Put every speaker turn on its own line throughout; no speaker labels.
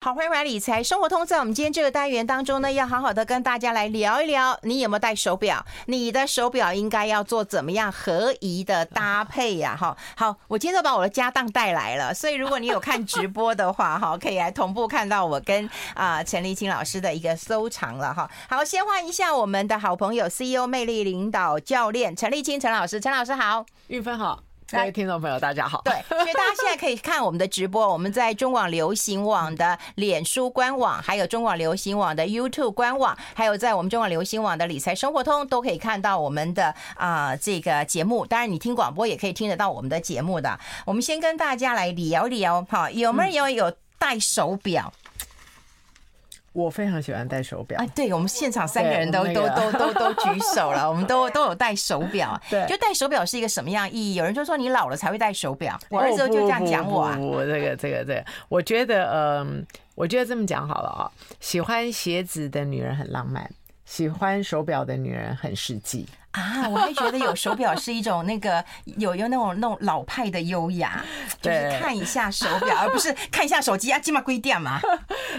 好，欢迎回来理财生活通，在我们今天这个单元当中呢，要好好的跟大家来聊一聊，你有没有戴手表？你的手表应该要做怎么样合宜的搭配呀、哈，好，我今天都把我的家当带来了，所以如果你有看直播的话，哈，可以来同步看到我跟啊陈丽青老师的一个收藏了哈。好，先换一下我们的好朋友 CEO 魅力领导教练陈丽青陈老师，陈老师好。
运芬好，各位听众朋友大家好。
对，所以大家现在可以看我们的直播，我们在中广流行网的脸书官网，还有中广流行网的 YouTube 官网，还有在我们中广流行网的理财生活通都可以看到我们的啊、这个节目。当然，你听广播也可以听得到我们的节目的。我们先跟大家来聊聊，哈，有没有有戴手表、
我非常喜欢戴手表
啊，？对，我们现场三个人都
对
都
我
都
们
都都 举手了，我们都都有戴手表。
对
就戴手表是一个什么样意义？有人就说你老了才会戴手表，我儿子就这样讲我啊
哦。不不不不这个这个这个，我觉得嗯、我觉得这么讲好了啊、喜欢鞋子的女人很浪漫，喜欢手表的女人很实际。
啊，我还觉得有手表是一种那个有有那种那种老派的优雅，就是
对
看一下手表，而 不是看一下手机啊，起码规定嘛。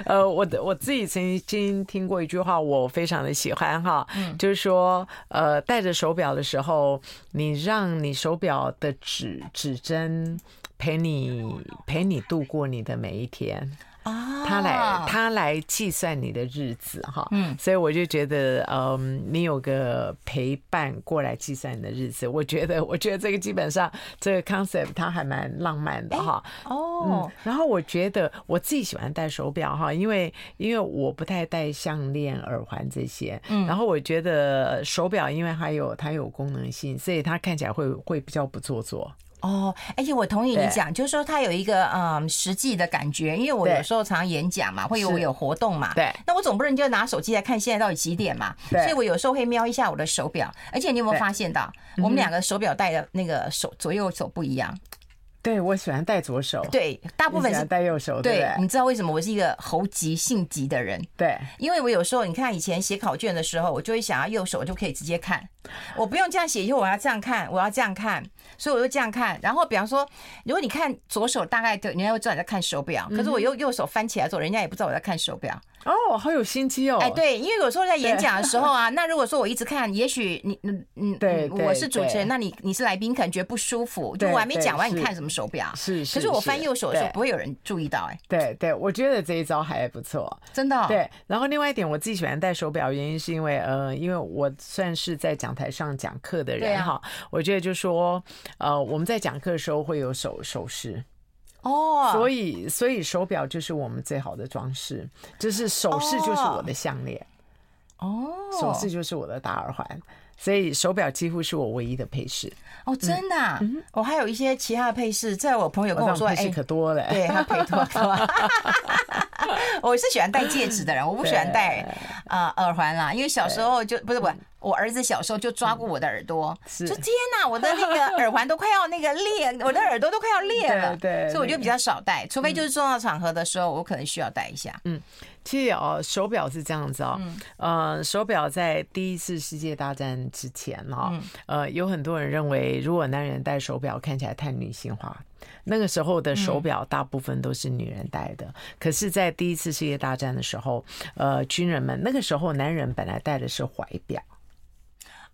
呃，我的我自己曾经听过一句话，我非常的喜欢哈，
嗯
就是说，呃，戴着手表的时候，你让你手表的指指针陪你陪你度过你的每一天。
啊，
他来他来计算你的日子哈，嗯，所以我就觉得，嗯，你有个陪伴过来计算你的日子，我觉得，我觉得这个基本上这个 concept 它还蛮浪漫的哈，
哦，
然后我觉得我自己喜欢戴手表哈，因为因为我不太戴项链、耳环这些。嗯，然后我觉得手表因为它有它有功能性，所以它看起来会会比较不做作。
哦，而且我同意你
对
讲，就是说它有一个嗯实际的感觉，因为我
对
有时候常演讲嘛，会有
是
有活动嘛，
对
那我总不能就拿手机来看现在到底几点嘛，
对
所以我有时候会瞄一下我的手表，而且你有没有
对嗯
发现到我们两个手表戴的那个手左右手不一样？
哦对我喜欢戴左手，，
对，大部分是
戴右手，对
对，
不
你知道为什么我是一个猴急性急的人？
对？
因为我有时候，你看以前写考卷的时候，我就会想要右手就可以直接看，我不用这样写，以后我要这样看，我要这样看，所以我就这样看。然后比方说，如果你看左手，大概的人家会知道你在看手表，
嗯
可是我右右手翻起来的时候，人家也不知道我在看手表。
对，哦，好有心机哦。
哎，，对，因为有时候在演讲的时 候啊，那如果说我一直看，也许你嗯嗯，
对
嗯
对
我是主持人，
对
那你你是来宾，可能觉得不舒服，就
对
我还没
对
讲完，你
是
看什么手表？
是是。
可是我翻右手的时候，
对
不会有人注意到，哎，
对对，我觉得这一招还不错。
真的哦。
对，然后另外一点，我自己喜欢戴手表，原因是因为，呃，因为我算是在讲台上讲课
对
的人
啊
哈、我觉得就说，呃，我们在讲课的时候会有手首饰，
哦，
所以所以手表就是我们最好的装饰，就是首饰就是我的项链，
哦，
首饰就是我的大耳环，所以手表几乎是我唯一的配饰，
哦，真的、啊
嗯
我还有一些其他的配饰，在我朋友
哦我
跟我说，
配
哎、
饰可多了。
对他配托克， 我是喜欢戴戒指的人，我不喜欢戴啊、呃耳环啦，因为小时候就不是我，我儿子小时候就抓过我的耳朵，
嗯是
就天哪，我的那个耳环都快要那个裂，我的耳朵都快要裂了，
对对嗯
所以我就比较少戴，除非就是重要场合的时候，我可能需要戴一下。
其实哦，手表是这样子哦，
嗯
呃，手表在第一次世界大战之前哈、
嗯
呃，有很多人认为，如果男人戴手表看起来太女性化。那个时候的
嗯
手表大部分都是女人戴的，可是，在第一次世界大战的时候，呃，军人们那个时候男人本来戴的是怀表，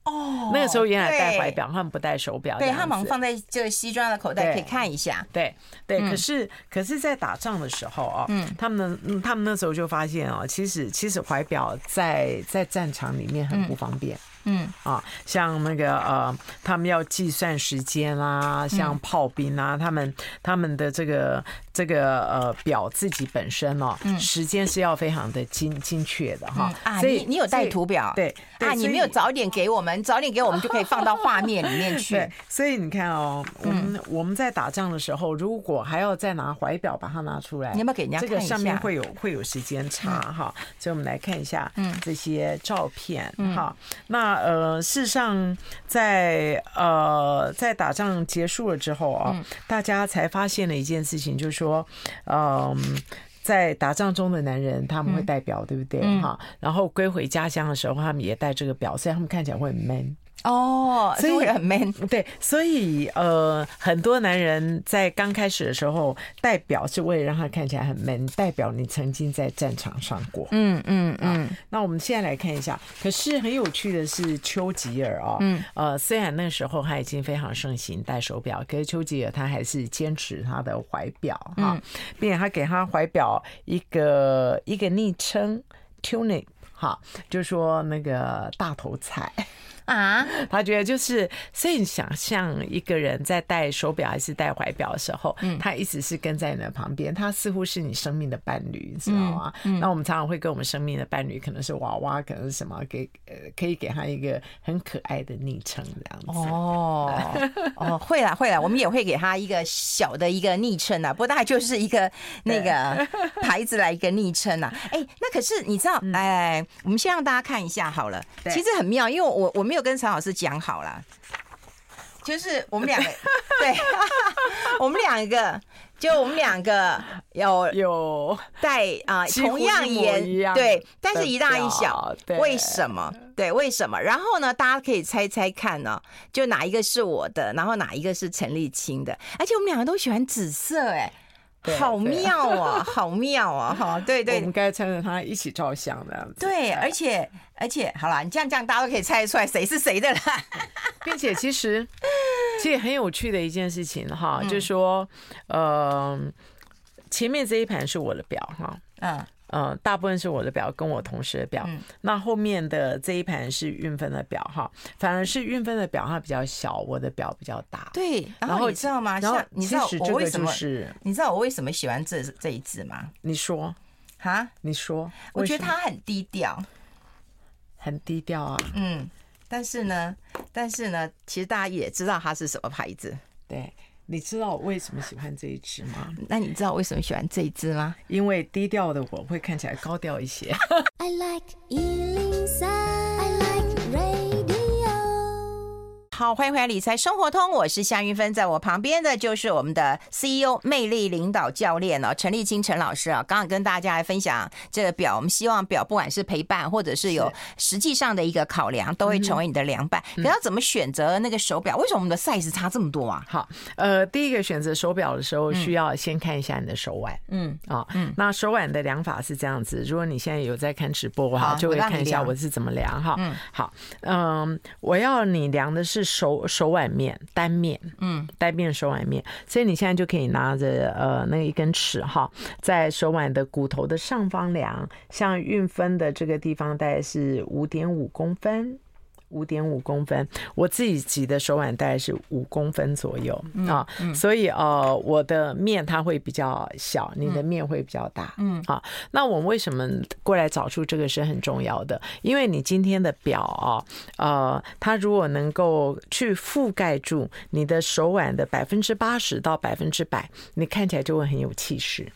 哦
那个时候原来戴怀，表，他们不戴手表这
对，
样
对
子，
他们放在这个西装的口袋
对
可以看一下，
对对，
嗯
可是可是，在打仗的时候哦，他们嗯他们那时候就发现哦，其实其实怀表在在战场里面很不方便。
嗯
啊，像那个呃，他们要计算时间
嗯
啦，像炮兵啊，他们他们的这个这个呃表自己本身哦，时间是要非常的精精确的哈
嗯。啊，
哦所以
你你有戴图表，
对对
啊，你
所
没
以
有早点给我们，早点给我们就可以放到画面里面去
对。，所以你看哦，我
嗯
们、我们在打仗的时候，如果还要再拿怀表把它拿出来，
你要不要给人家
这个
看一
上面
下嗯
会有会有时间差哈、所以我们来看一下这些照片
嗯
哈、那呃，事实上在呃在打仗结束了之后啊、
嗯
大家才发现了一件事情，就是说，嗯、在打仗中的男人，他们
嗯
会戴表，对不对？哈、然后归回家乡的时候，他们也戴这个表，所以他们看起来会很 man。
哦，
所以
这个人很 man，
对，所以呃，很多男人在刚开始的时候，戴表是为了让他看起来很 man，代表你曾经在战场上过。
嗯嗯嗯，
那我们现在来看一下，可是很有趣的是丘吉尔哦，嗯，呃，虽然那时候他已经非常盛行戴手表，可是丘吉尔他还是坚持他的怀表哈，并且他给他怀表一个一个昵称 tunic 哈，就说那个大头菜。
啊，
他觉得就是，所以你想象一个人在戴手表还是戴怀表的时候，
嗯
他一直是跟在你的旁边，他似乎是你生命的伴侣，你知道吗？
嗯
那我们常常会跟我们生命的伴侣，可能是娃娃，可能是什么，给呃可以给他一个很可爱的昵称这样子。
哦哦，会啦会啦，我们也会给他一个小的一个昵称呐，不大就是一个那个牌子来一个昵称呐。哎，那可是你知道，哎，我们先让大家看一下好了。
对
其实很妙，因为我我没有跟陈老师讲好啦，就是我们两个，对， 我们两个。就我们两个有
有
戴啊、
几乎
同样
一模一
颜
样
对
的，
但是一大一
表
小，
对
为什么？对，为什么？然后呢，大家可以猜猜看呢、就哪一个是我的，然后哪一个是陈立青的，而且我们两个都喜欢紫色、哎，
对
好
对啊
妙哦， 好妙哦，哈，对
我
对
们啊该穿着它一起照相的样子。
对，而且而且，好啦，你这样这样，大家都可以猜得出来谁是谁的 啦。
并且 其实其实很有趣的一件事情哈，
嗯
就是说，呃，前面这一盘是我的表哈，
嗯，
呃，大部分是我的表跟我同事的表，那后面的这一盘是运分的表哈，反而是运分的表它比较小，我的表比较大。
对。然
然
后
后
你知道吗？
然后
像你知
其
道
实
我
这
为
个
什
就
么？
是
你知道我为什么喜欢这这一支吗？
你说
哈，
你说，
我觉得
为什么
它很低调。
很低调啊，
嗯，但是呢，但是呢，其实大家也知道它是什么牌子。
对。你知道我为什么喜欢这一支吗？
那你知道为什么喜欢这一支吗？
因为低调的我会看起来高调一些。
I like Ealing Sound. I like radio.
好，欢迎回来《理财生活通》，我是夏云芬，在我旁边的就是我们的 CEO 魅力领导教练哦，陈立清陈老师啊，刚刚跟大家来分享这个表，我们希望表不管是陪伴或者是嗯有实际上的一个考量，都会成为你的良伴。可要怎么选择那个手表？为什么我们的 size 差这么多啊？
好，呃，第一个选择手表的时候，需要先看一下你的手腕。
嗯，
啊，那手腕的量法是这样子。如果你现在有在看直播
好
哈，就会
我让你
看一下
量
我是怎么量哈。好，嗯，我要你量的是手手腕面单面，嗯，单面手腕面，所以你现在就可以拿着呃那一根尺哈，在手腕的骨头的上方量，像运分的这个地方大概是五点五公分。五点五公分，我自己挤的手腕大概是五公分左右、啊，所以呃，我的面它会比较小，你的面会比较大，嗯，啊，那我们为什么过来找出这个是很重要的？因为你今天的表啊，呃，它如果能够去覆盖住你的手腕的百分之八十到百分之百，你看起来就会很有气势。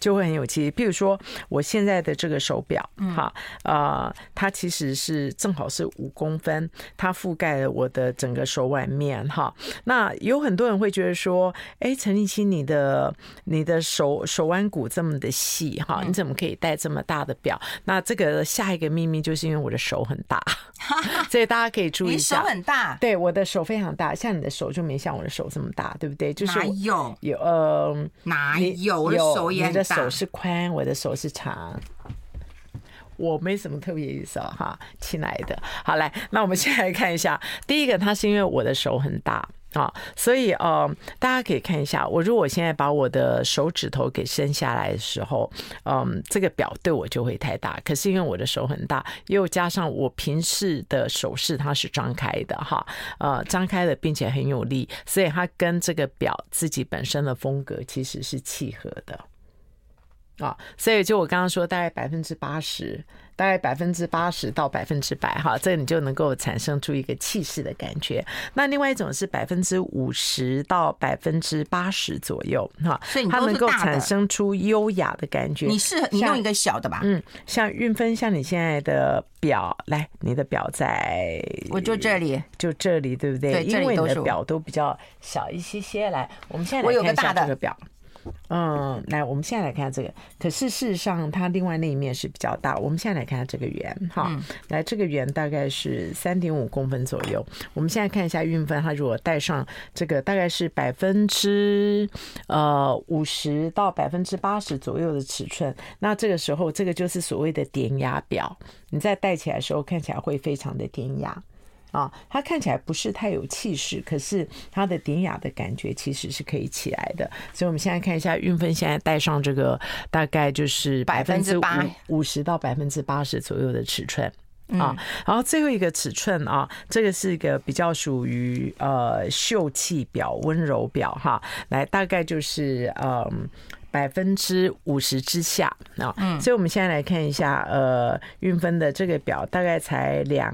就会很有气。譬如说，我现在的这个手表，
嗯
哈、呃，它其实是正好是五公分，它覆盖了我的整个手腕面，哈。那有很多人会觉得说，哎、陈立新，你的你的手手腕骨这么的细，哈，
嗯
你怎么可以戴这么大的表？那这个下一个秘密就是因为我的手很大， 所以大家可以注意
你
一
哎手
下。
很大，
对，我的手非常大，像你的手就没像我的手这么大，对不对？就是
哪
我
有
有呃，
哪
你
有？我的手也
你
很
的
大，
手是宽，我的手是长。我没什么特别意思哦，哈，亲爱的。好，来，那我们先来看一下，第一个，它是因为我的手很大。啊，所以呃，大家可以看一下，我如果现在把我的手指头给伸下来的时候，嗯，这个表对我就会太大。可是因为我的手很大，又加上我平时的手势它是张开的哈，呃，张开的并且很有力，所以它跟这个表自己本身的风格其实是契合的。啊，所以就我刚刚说，大概百分之八十，大概百分之八十到百分之百哈，这个你就能够产生出一个气势的感觉。那另外一种是百分之五十到百分之八十左右哈，
所以你
它
都是
能够
大的
产生出优雅的感觉。
你是你
像
弄一个小的吧？
嗯，像运分，像你现在的表，来，你的表在
我就这里，
就这里，对不对？
对这
因
里
为
都
你
是
的
我
表都比较小一些些。来，我们现在
我
来
有个
看一
大
下
的
这个表，嗯，来，我们现在来看这个。可是事实上，它另外那一面是比较大。我们现在来看它这个圆，哈，
嗯
来，这个圆大概是三点五公分左右。我们现在看一下运分，它如果带上这个，大概是百分之呃五十到百分之八十左右的尺寸。那这个时候，这个就是所谓的点压表。你在戴起来的时候，看起来会非常的典雅。啊，它看起来不是太有气势，可是它的典雅的感觉其实是可以起来的。所以，我们现在看一下运分，现在戴上这个大概就是百分之
8%
五十到百分之八十左右的尺寸。
嗯
啊，然后最后一个尺寸啊，这个是一个比较属于呃秀气表、温柔表哈，来大概就是嗯百分之五十之下啊，
嗯
所以我们现在来看一下呃运分的这个表，大概才两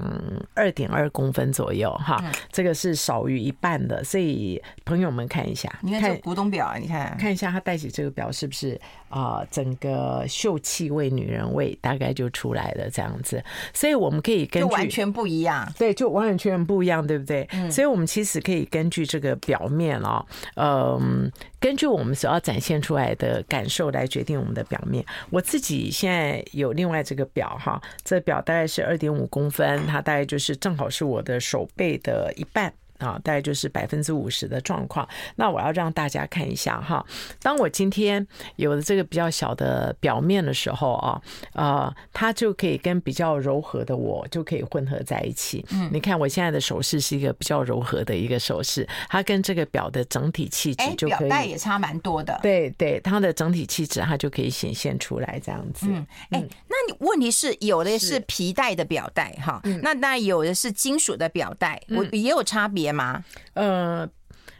二点二公分左右哈，
嗯
这个是少于一半的，所以朋友们看一下，
你看这古董表啊，你看，
看一下她戴起这个表是不是啊、呃整个秀气味、女人味大概就出来了这样子，所以我们可以根
就
据
完全嗯不一样。
对，就完完全全不一样，对不对？所以我们其实可以根据这个表面哦，嗯，根据我们所要展现出来的感受来决定我们的表面。我自己现在有另外这个表哈，这表大概是二点五公分，它大概就是正好是我的手背的一半。啊，大概就是百分之五十的状况。那我要让大家看一下哈，当我今天有了这个比较小的表面的时候啊，呃，它就可以跟比较柔和的我就可以混合在一起。嗯，你看我现在的手势是一个比较柔和的一个手势，它跟这个表的整体气质
哎，
就
表
可以，
带也差蛮多的。
对对，它的整体气质它就可以显现出来这样子。嗯
哎、那你问题是有的是嗯
是
皮带的表带哈，那那有的是金属的表带，我也有差别吗？
呃，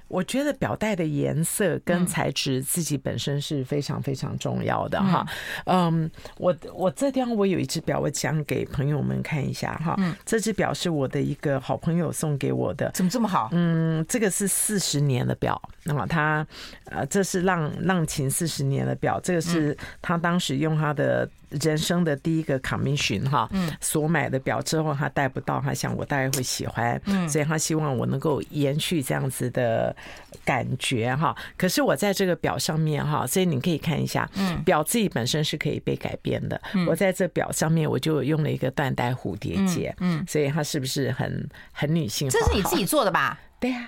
我觉得表带的颜色跟材质自己本身是非常非常重要的哈。嗯，我我这地方我有一只表，我想给朋友们看一下哈。这只表是我的一个好朋友送给我的，
怎么这么好？
嗯，这个是四十年的表，那么他呃，这是浪浪琴四十年的表，这个是他当时用他的人生的第一个 commission 哈，嗯，所买的表之后他戴不到，他想我大概会喜欢，嗯，所以他希望我能够延续这样子的感觉哈。可是我在这个表上面哈，所以你可以看一下，嗯，表自己本身是可以被改变的，我在这表上面我就用了一个缎带蝴蝶结，嗯，所以它是不是很很女性化
这
哈？
是你自己做的吧？
对呀、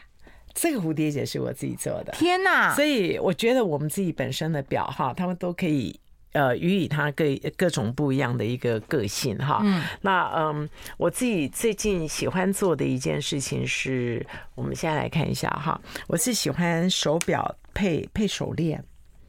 这个蝴蝶结是我自己做的，
天哪！
所以我觉得我们自己本身的表哈，他们都可以。呃，予以它各各种不一样的一个个性哈。嗯，那嗯，我自己最近喜欢做的一件事情是，我们现在来看一下哈。我是喜欢手表配配手链，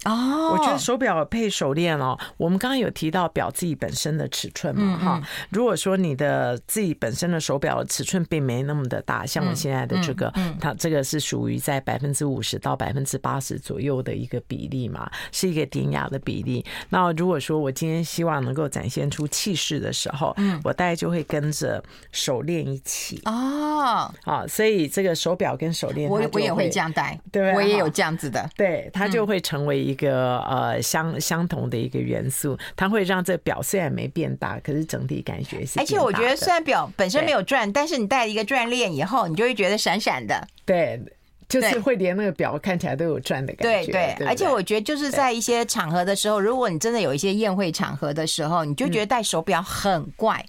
哦，
我觉得手表配手链哦，我们刚刚有提到表自己本身的尺寸
嗯
嘛，哈、如果说你的自己本身的手表的尺寸并没那么的大，像
嗯
我现在的这个，它这个是属于在百分之五十到百分之八十左右的一个比例嘛，是一个典雅的比例。那如果说我今天希望能够展现出气势的时候，
嗯
我大概就会跟着手链一起
哦，
啊，所以这个手表跟手链，
我
它就
我也会这样戴，
对不对
我也有
哈
这样子的。
对，它
嗯
就会成为一个、呃相相同的一个元素，它会让这表虽然没变大，可是整体感觉是
而
变大
且
的。
我觉得，虽然表本身
对
没有转，但是你戴了一个转链以后，你就会觉得闪闪的。
对，就是
对
会连那个表看起来都有转的感
对
觉。
对
对，不
而且我觉得就是在一些场合的时候，如果你真的有一些宴会场合的时候，你就
嗯
觉得戴手表很怪。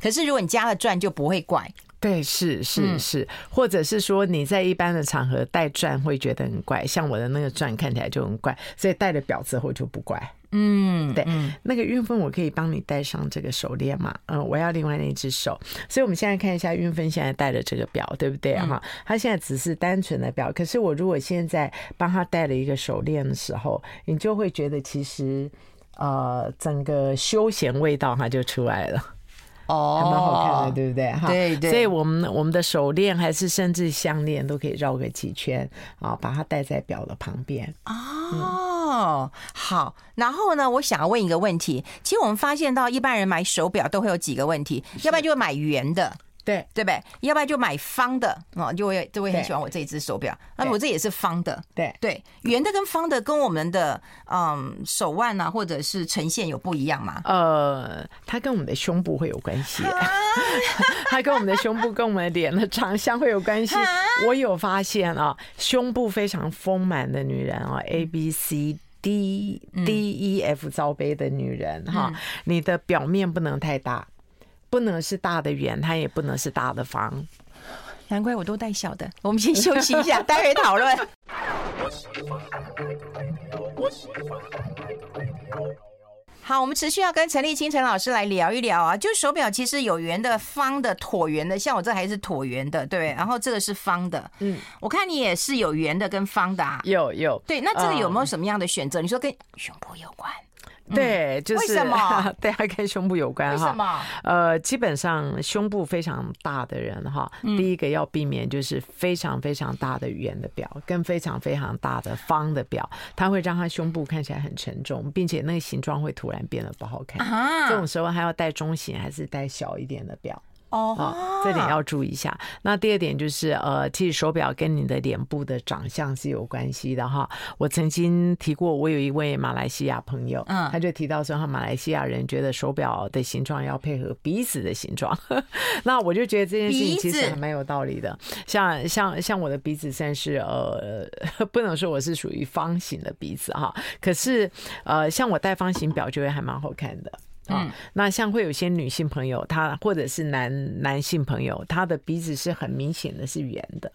可是如果你加了钻就不会怪，
对是
嗯
是是，或者是说你在一般的场合戴钻会觉得很怪，像我的那个钻看起来就很怪，所以戴了表之后就不怪。
嗯，
对，那个运分我可以帮你戴上这个手链嘛？嗯，我要另外那只手，所以我们现在看一下运分现在戴的这个表，对不对
嗯
哈？它现在只是单纯的表，可是我如果现在帮他戴了一个手链的时候，你就会觉得其实呃，整个休闲味道它就出来了。
哦
还蛮好看的，对不对？哈，
对对
所以我们我们的手链还是甚至项链都可以绕个几圈啊，把它戴在表的旁边。嗯
哦，好。然后呢，我想要问一个问题，其实我们发现到一般人买手表都会有几个问题，要不然就买圆的，
对，
对不对？要不然就买方的哦，就会就会很喜欢我这一只手表。那
对
我这也是方的，
对
对，圆的跟方的跟我们的嗯手腕啊，或者是呈现有不一样吗？
呃，它跟我们的胸部会有关系，
啊
它跟我们的胸部跟我们的脸的长相会有关系。我有发现啊，胸部非常丰满的女人
嗯
啊，A B C。D D E F 罩杯的女人哈，
嗯
你的表面不能太大，不能是大的圆，它也不能是大的方。
难怪我都带小的。我们先休息一 下，待会讨论。好，我们持续要跟陈立清陈老师来聊一聊啊，就手表其实有圆的、方的、椭圆的，像我这还是椭圆的，对不对，然后这个是方的，嗯，我看你也是有圆的跟方的啊，
有有，
对，那这个有没有什么样的选择？你说跟胸部有关，
对，就是
为什么？
对，它跟胸部有关
为
哈。
什么？
呃，基本上胸部非常大的人哈，第一个要避免就是非常非常大的圆的表，跟非常非常大的方的表，它会让他胸部看起来很沉重，并且那个形状会突然变得不好看。
啊
这种时候还要戴中型还是戴小一点的表？啊、
哦，
这点要注意一下。那第二点就是，呃，其实手表跟你的脸部的长相是有关系的哈。我曾经提过，我有一位马来西亚朋友，
嗯
他就提到说，他马来西亚人觉得手表的形状要配合鼻子的形状。 那我就觉得这件事情其
鼻子
实还蛮有道理的。像像像我的鼻子算是呃， 不能说我是属于方形的鼻子哈，可是呃，像我戴方形表就会还蛮好看的。
嗯
啊，那像会有些女性朋友，她或者是男男性朋友，他的鼻子是很明显的是圆的，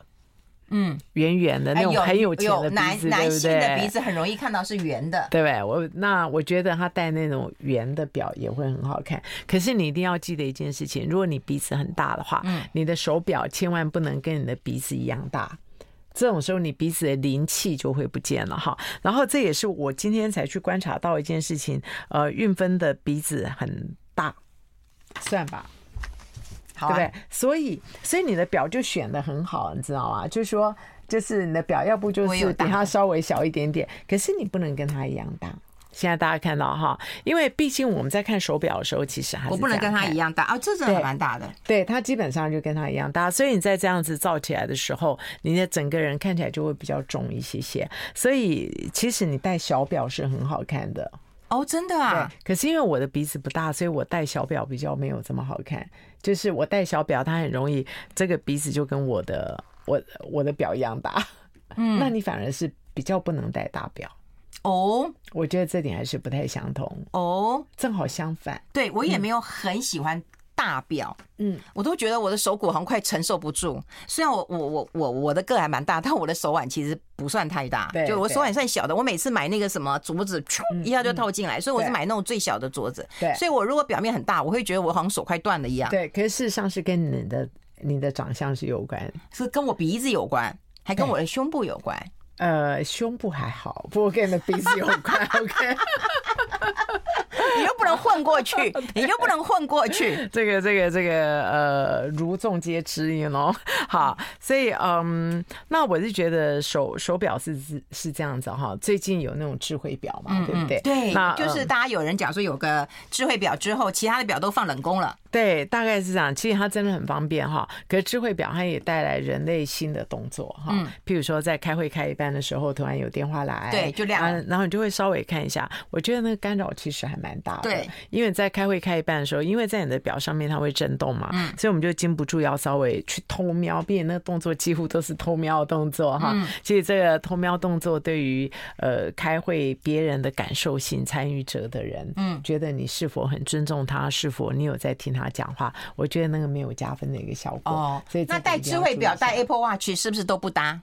嗯，
圆圆的那种很有钱的鼻
男
子，对
男
不
性的鼻
对？
子很容易看到是圆的，
对不对？我那我觉得他戴那种圆的表也会很好看。可是你一定要记得一件事情，如果你鼻子很大的话，你的手表千万不能跟你的鼻子一样大。这种时候，你鼻子的灵气就会不见了哈。然后这也是我今天才去观察到一件事情，呃，运芬的鼻子很大，算吧，
好
对不
啊，
对？所以，所以你的表就选的很好，你知道吗？就是说，就是你的表，要不就
我
是
有
比
大
它稍微小一点点，可是你不能跟它一样大。现在大家看到哈，因为毕竟我们在看手表的时候，其实还是
我不能
这
跟他
看
一，样大啊，这真的
对
蛮大的。
对它基本上就跟它一样大，所以你在这样子造起来的时候，你的整个人看起来就会比较重一些些。所以其实你戴小表是很好看的，
哦，真的啊，
对，可是因为我的鼻子不大，所以我戴小表比较没有这么好看。就是我戴小表，它很容易这个鼻子就跟我的我我的表一样大。嗯，那你反而是比较不能戴大表。
哦
我觉得这点还是不太相同，
哦，
正好相反。
对我也没有很喜欢大表，
嗯，
我都觉得我的手骨好像快承受不住。虽然我我我我我的个还蛮大，但我的手腕其实不算太大，
对
就我
对嗯
手腕算小的。我每次买那个什么镯子，咻一下就套进来，所以我是
对
买那种最小的镯子。
对
所以我如果表面很大，我会觉得我好像手快断了一样，
对，可是事实上是跟你的你的长相是有关。
是跟我鼻子有关，还跟我的胸部有关。
呃，胸部还好，不过跟你的鼻子有关。OK。
你又不能混过去， 你又不能混过去。
这个这个这个呃，如众皆知，you know。好， 所以嗯，那我是觉得手手表是是是这样子哈。最近有那种智慧表嘛，对不嗯对？
嗯对
那，
就是
嗯
大家有人讲说有个智慧表之后，其他的表都放冷宫了。
对，大概是这样。其实它真的很方便哈。可是智慧表它也带来人类新的动作哈，
嗯
譬如说在开会开一半的时候，突然有电话来，
对就亮了
啊然后你就会稍微看一下。我觉得那个干扰其实还蛮大的，
对，
因为你在开会开一半的时候，因为在你的表上面它会震动嘛，
嗯
所以我们就禁不住要稍微去偷瞄，并且那个动作几乎都是偷瞄的动作哈。
嗯
其实这个偷瞄动作对于呃开会别人的感受性参与者的人，嗯，觉得你是否很尊重他，是否你有在听他讲话，我觉得那个没有加分的一个效果。哦所以
哦
这
那
个
戴
一定
智
要
慧
注意
表、
一下
戴 Apple Watch 是不是都不搭？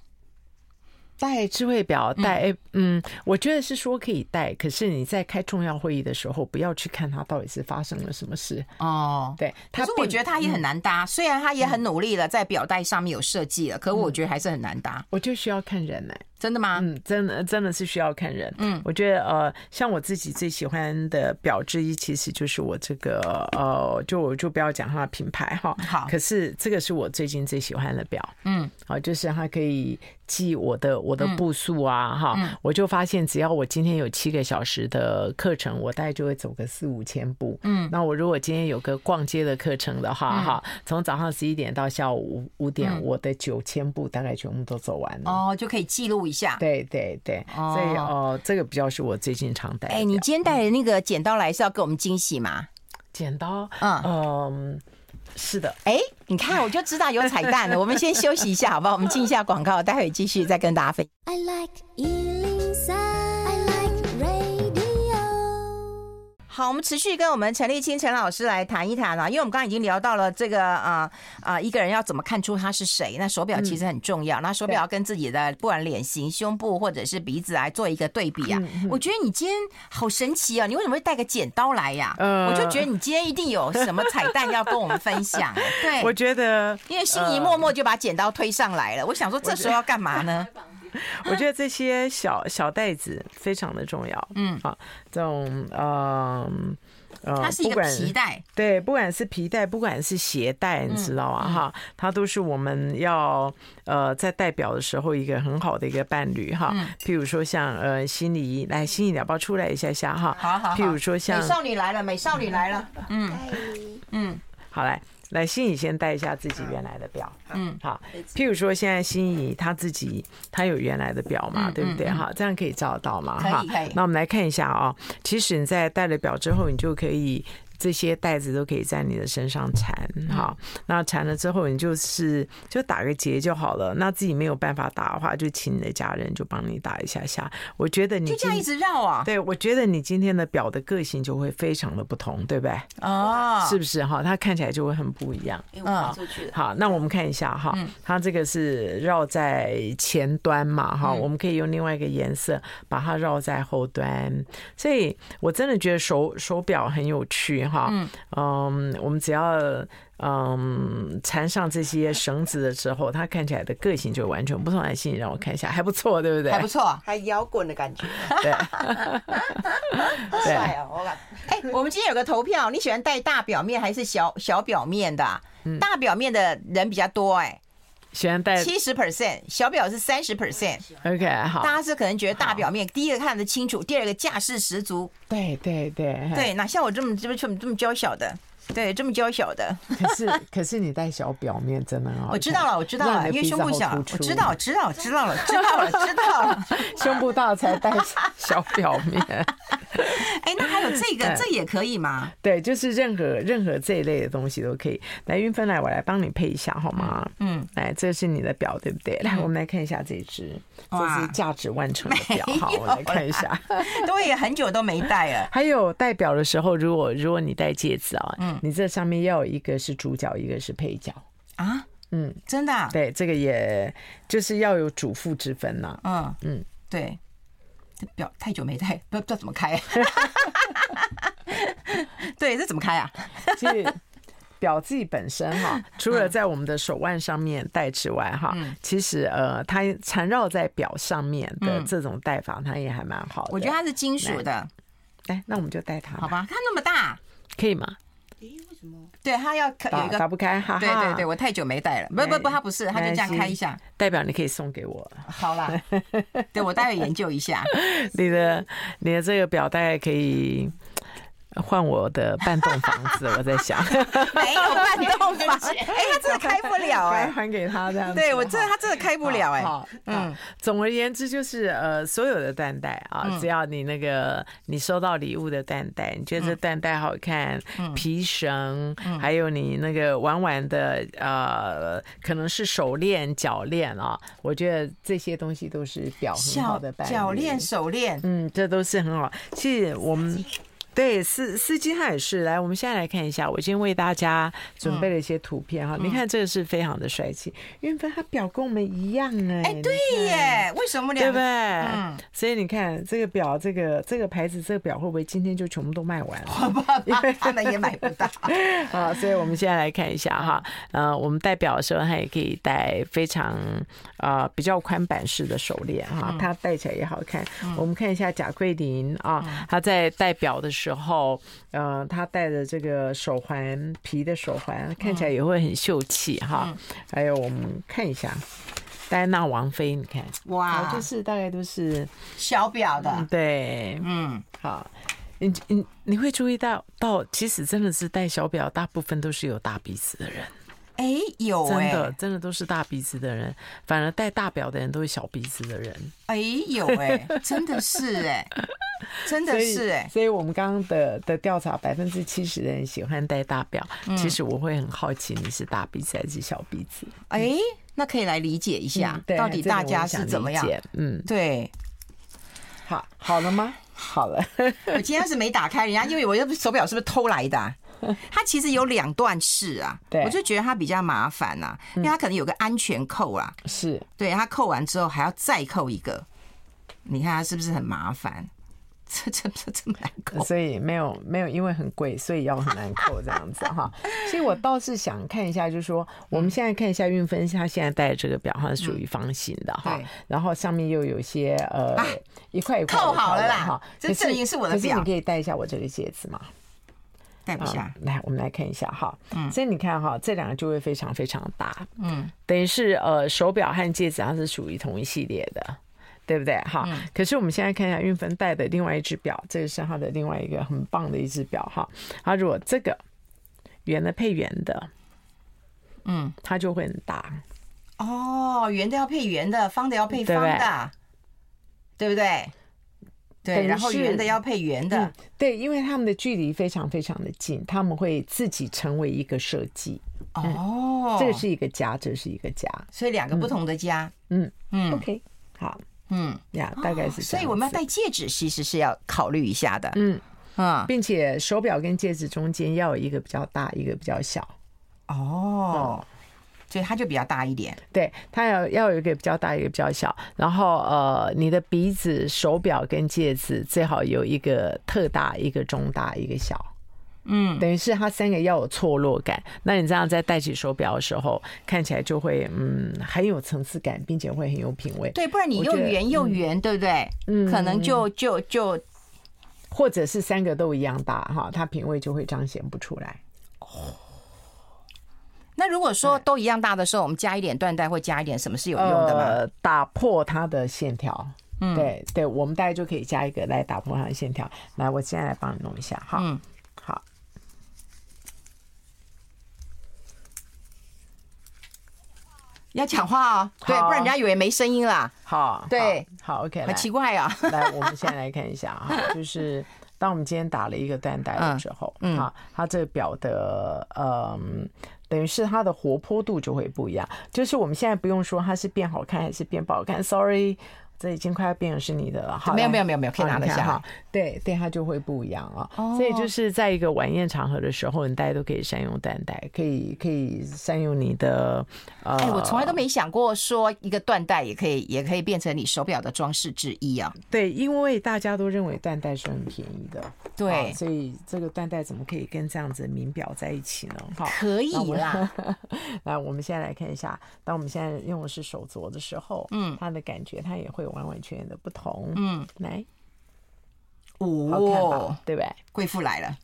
戴智慧表戴嗯我觉得是说可以戴，可是你在开重要会议的时候，不要去看它到底是发生了什么事。
哦，
对，
可
它嗯
是我
并
觉得它也很难搭。虽然它也很努力了，在表带上面有设计了，可我觉得还是很难搭。
我就需要看人呢、欸
真的吗？
嗯，真的真的是需要看人。嗯，我觉得呃，像我自己最喜欢的表之一，其实就是我这个呃，就我就不要讲它的品牌哈。
好
可是这个是我最近最喜欢的表。
嗯，
好，就是它可以记我的我的步数啊哈。
嗯
我就发现，只要我今天有七个小时的课程，我大概就会走个四五千步。嗯，那我如果今天有个逛街的课程的话哈，
嗯
从早上十一点到下午五五点，我的九千步大概全部都走完了。
哦，就可以记录一下。
对对对，所以
哦
哦、这个比较是我最近常戴的。
哎，你今天带的那个剪刀来是要给我们惊喜吗？
剪刀，
嗯
嗯、是的，
哎，你看我就知道有彩蛋了。我们先休息一下，好不好？我们进一下广告，待会继续再跟大家分享。
I like Ealing Sound. I like radio.
好，我们持续跟我们陈立青陈老师来谈一谈啊，因为我们刚刚已经聊到了这个啊啊、一个人要怎么看出他是谁？那手表其实很重
嗯
要，那手表要跟自己的不管脸型、胸部或者是鼻子来做一个对
嗯
比啊。我觉得你今天好神奇啊，你为什么会带个剪刀来呀、
呃
我就觉得你今天一定有什么彩蛋要跟我们分 享、哎
我呃
对。
觉得，
因为心仪默默就把剪刀推上来了，我想说这时候要干嘛呢？
我觉得这些小小袋子非常的重要。嗯，啊，这种，嗯、呃，
它是一
不
个
管
皮带，嗯
对，不管是皮带，不管是鞋带，你知道吗？哈，它都是我们要呃在代表的时候一个很好的一个伴侣哈。
嗯
譬如说像呃心仪，来心仪，要不要出来一下下哈？
好好好
譬如说像
美少女来了，美少女来了，
好来，来心怡先戴一下自己原来的表，
嗯，
好，譬如说现在心怡她自己她有原来的表嘛，对不对？哈，这样可以找得到嘛，
嗯可以
哈
可以
那我们来看一下哦，其实你在戴了表之后，你就可以。这些带子都可以在你的身上缠，哈，
嗯
那缠了之后，你就是就打个结就好了。那自己没有办法打的话，就请你的家人就帮你打一下下。我觉得你
就这样
今
一直绕啊，
对我觉得你今天的表的个性就会非常的不同，对不对？
哦，
是不是哈？它看起来就会很不一样。
嗯，
好，那我们看一下哈，它这个是绕在前端嘛哈，
嗯
我们可以用另外一个颜色把它绕在后端，所以我真的觉得手手表很有趣哈。嗯，我们只要嗯缠上这些绳子的时候，它看起来的个性就完全不同。来，心里让我看一下，还不错，对不对？
还不错。
还摇滚的感觉，
对对。
帅哦！我感
哎、我们今天有个投票，你喜欢戴大表面还是小小表面的啊、
嗯
大表面的人比较多、
喜欢
哎，
戴
七十 percent，小表是三十 percent。
OK 好，
大家是可能觉得大表面，第一个看得清楚，第二个架势十足。
对对对，
对，哪像我这么这么这么这么娇小的，对，这么娇小的，
可是 可是你戴小表面真的很好看，
我知道了，我知道
让你
了，
的
因为
鼻子
胸部
好
小，
突
我
出
知道，知道，知道了，知道 了，知道了。
胸部大才戴小表 面。
哎、那还有这个，
对
这也可以 吗？
对，就是任何任何这一类的东西都可以。来，云芬来，我来帮你配一下好吗？
嗯，
来，这是你的表对不对？来，我们来看一下这只，这
哇
是价值万成的表
没。有啊
好，我来看一下。
对，很久都没戴了。
还有戴表的时候，如果如果你戴戒指啊，嗯，你这上面要有一个是主角，一个是配角。
啊，
嗯，
真的、啊，
对，这个也就是要有主妇之分呐、
嗯嗯
嗯，
对，这表太久没戴，不知道不知道怎么 开、对，这怎么开啊？
其实表自己本身哈， 除
嗯
了在我们的手腕上面戴之外哈，其实呃，它缠绕在表上面的这种戴法，它也还蛮好的。
嗯我觉得它是金属的，
哎，那我们就戴它，
好，吧？它那么大，
可以吗？
对，它要可有
打
一
打
个。
不开，啊哈哈。
对对对，，我太久没戴了，不不不，它不是，它就这样开一下，
代表你可以送给我。
好 啦，对我待会研究一下，
你的你的这个表带可以换我的半栋房子，我在 想，
没有半动法，哎，它真的开不了 哎、
还给他这样子。
对我真
这
的它真的开不了哎、
嗯，总而言之就是呃，所有的缎带
嗯
啊，只要你那个你收到礼物的缎带，你觉得这
嗯
缎带好看，皮绳，还有你那个玩玩的呃，可能是手链、脚链啊，我觉得这些东西都是表很好
脚
的伴侣嗯
脚链、。手链，
嗯，这都是很好。其实我们对，司司机他也是。来，我们现在来看一下，我今天为大家准备了一些图片
嗯
哈。你看这个是非常的帅气，运芬他表跟我们一样哎、
哎，对耶，为什么
对
两
不对？
个？
嗯，所以你看这个表，这个这个牌子，这个表会不会今天就全部都卖完 了？
他们也买不 到。
啊，所以我们现在来看一下哈，呃，我们戴表的时候，它也可以戴非常啊、呃比较宽版式的手链哈，它戴起来也好看。我们看一下贾桂林啊，她在戴表的时候，呃，她戴的这个手环皮的手环，看起来也会很秀气哈。还有我们看一下。戴安娜王妃，你看，哦
哇，
就
就是
是大概都是
小表的，
对，
嗯，
好，你你你会注意到，到其实真的是戴小表，大部分都是有大鼻子的人，
哎、有
真
哎、
的真的都是大鼻子的人，反而戴大表的人都是小鼻子的人，
哎、有 哎、真的是哎、真的是哎、
所以我们刚刚的的调查，百分之七十的人喜欢戴大表，
嗯
其实我会很好奇你是大鼻子还是小鼻子，嗯
哎、那可以来理解一下，
对
啊到底
这个
大
我
家
想
是怎么
理
样？
解嗯，
对
好，好了吗？好了，
我今天是没打开，人家因为我这手表是不是偷来的 啊、它其实有两段式啊，
对嗯
我就觉得它比较麻烦呐、因为它可能有个安全扣啊，
是
对，它扣完之后还要再扣一个，你看它是不是很麻烦？这这这这么
呃
难扣？
所以没有没有，因为很贵，所以要很难扣这样子哈。所以我倒是想看一下，就是说
嗯
我们现在看一下运分，她现在戴的这个表，它是属于方形的哈
对，
然后上面又有一些呃
啊
一块一块
扣好了啦
的哈。
这
可是
这已经是我的
可是
表
你可以戴一下我这个戒指嘛？
戴不下嗯
啊，来，我们来看一下哈。所以你看哈，这两个就会非常非常大。嗯，等于是呃，手表和戒指它啊是属于同一系列的。对不对？哈、
嗯
可是我们现在看一下运芬戴的另外一只表，这是它的另外一个很棒的一只表哈。它如果这个圆的配圆的，
嗯，
它就会很大。
哦，圆的要配圆的，方的要配
对
方
不对
的，对不对？
等
对，
于
然后
是
圆的要配圆的
嗯，对，因为它们的距离非常非常的近，他们会自己成为一个设计。
哦，
嗯这个是一个家，这是一个家。
所以两个不同的家，
嗯
嗯
OK，好
嗯，
呀，大概是这
所
样、
以我们要戴戒指其实是要考虑一下的，
嗯。
嗯，
并且手表跟戒指中间要有一个比较大，一个比较小。
哦，所以它就比较大一点，
对，它要要有一个比较大，一个比较小。然后呃，你的鼻子、手表跟戒指最好有一个特大、一个中大、一个小。
嗯，
等于是它三个要有错落感。那你这样在戴起手表的时候，看起来就会嗯很有层次感，并且会很有品味。
对，不然你
我
又
觉得
圆又圆，对不对？嗯，可能就就就
或者是三个都一样大哈，它品味就会彰显不出来。
那如果说都一样大的时候，我们加一点缎带或加一点什么是有用的吗？
呃，打破它的线条。嗯，对对，我们大概就可以加一个来打破它的线条。来，我现在来帮你弄一下哈。
嗯，
好。
要讲话哦，对，
好
不然人家以为没声音啦，
好，
对
好好，OK，
很
来，
奇怪 啊。
来，我们现在来看一下 哈，就是当我们今天打了一个缎带的时候，嗯，啊，它这个表的，嗯，等于是它的活泼度就会不一样。就是我们现在不用说它是变好看还是变不好看，sorry，这已经快要变成是你的了。好，
没有
来
没有没有没有可以
好
拿
你
得
看
下哦
哈。对对，它就会不一样啊。所以就是在一个晚宴场合的时候，你大家都可以善用缎带，可以可以善用你的呃，
哎，我从来都没想过说一个缎带也可以，也可以变成你手表的装饰之一啊。
对，因为大家都认为缎带是很便宜的，
对
啊所以这个缎带怎么可以跟这样子的名表在一起呢？ 好，
可以啦，
来，我们现在来看一下，当我们现在用的是手镯的时候，嗯，它的感觉它也会完完全全的不同，嗯，来，好看吧，
哦，
对不对？
贵妇来了，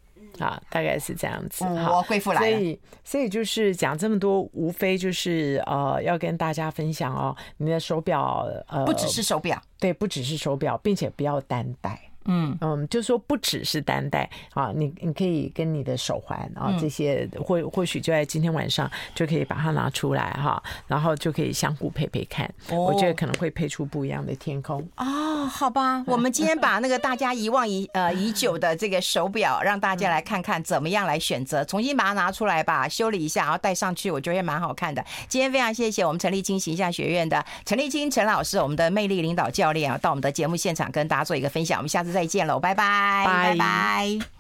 啊，大概是这样子。
哦
好，
贵妇来了
所以，所以就是讲这么多，无非就是呃，要跟大家分享哦，你的手表呃，
不只是手表，
对，不只是手表，并且不要单戴。
嗯
嗯，就说不只是单戴啊，你你可以跟你的手环啊这些，或或许就在今天晚上就可以把它拿出来哈、然后就可以相互配配看，我觉得可能会配出不一样的天空。
哦，好吧，
啊
我们今天把那个大家遗忘已呃已久的这个手表，让大家来看看怎么样来选择，重新把它拿出来吧，修理一下，然后戴上去，我觉得也蛮好看的。今天非常谢谢我们陈立清形象学院的陈立清陈老师，我们的魅力领导教练啊，到我们的节目现场跟大家做一个分享，我们下次再见喽，拜拜，
拜
拜拜。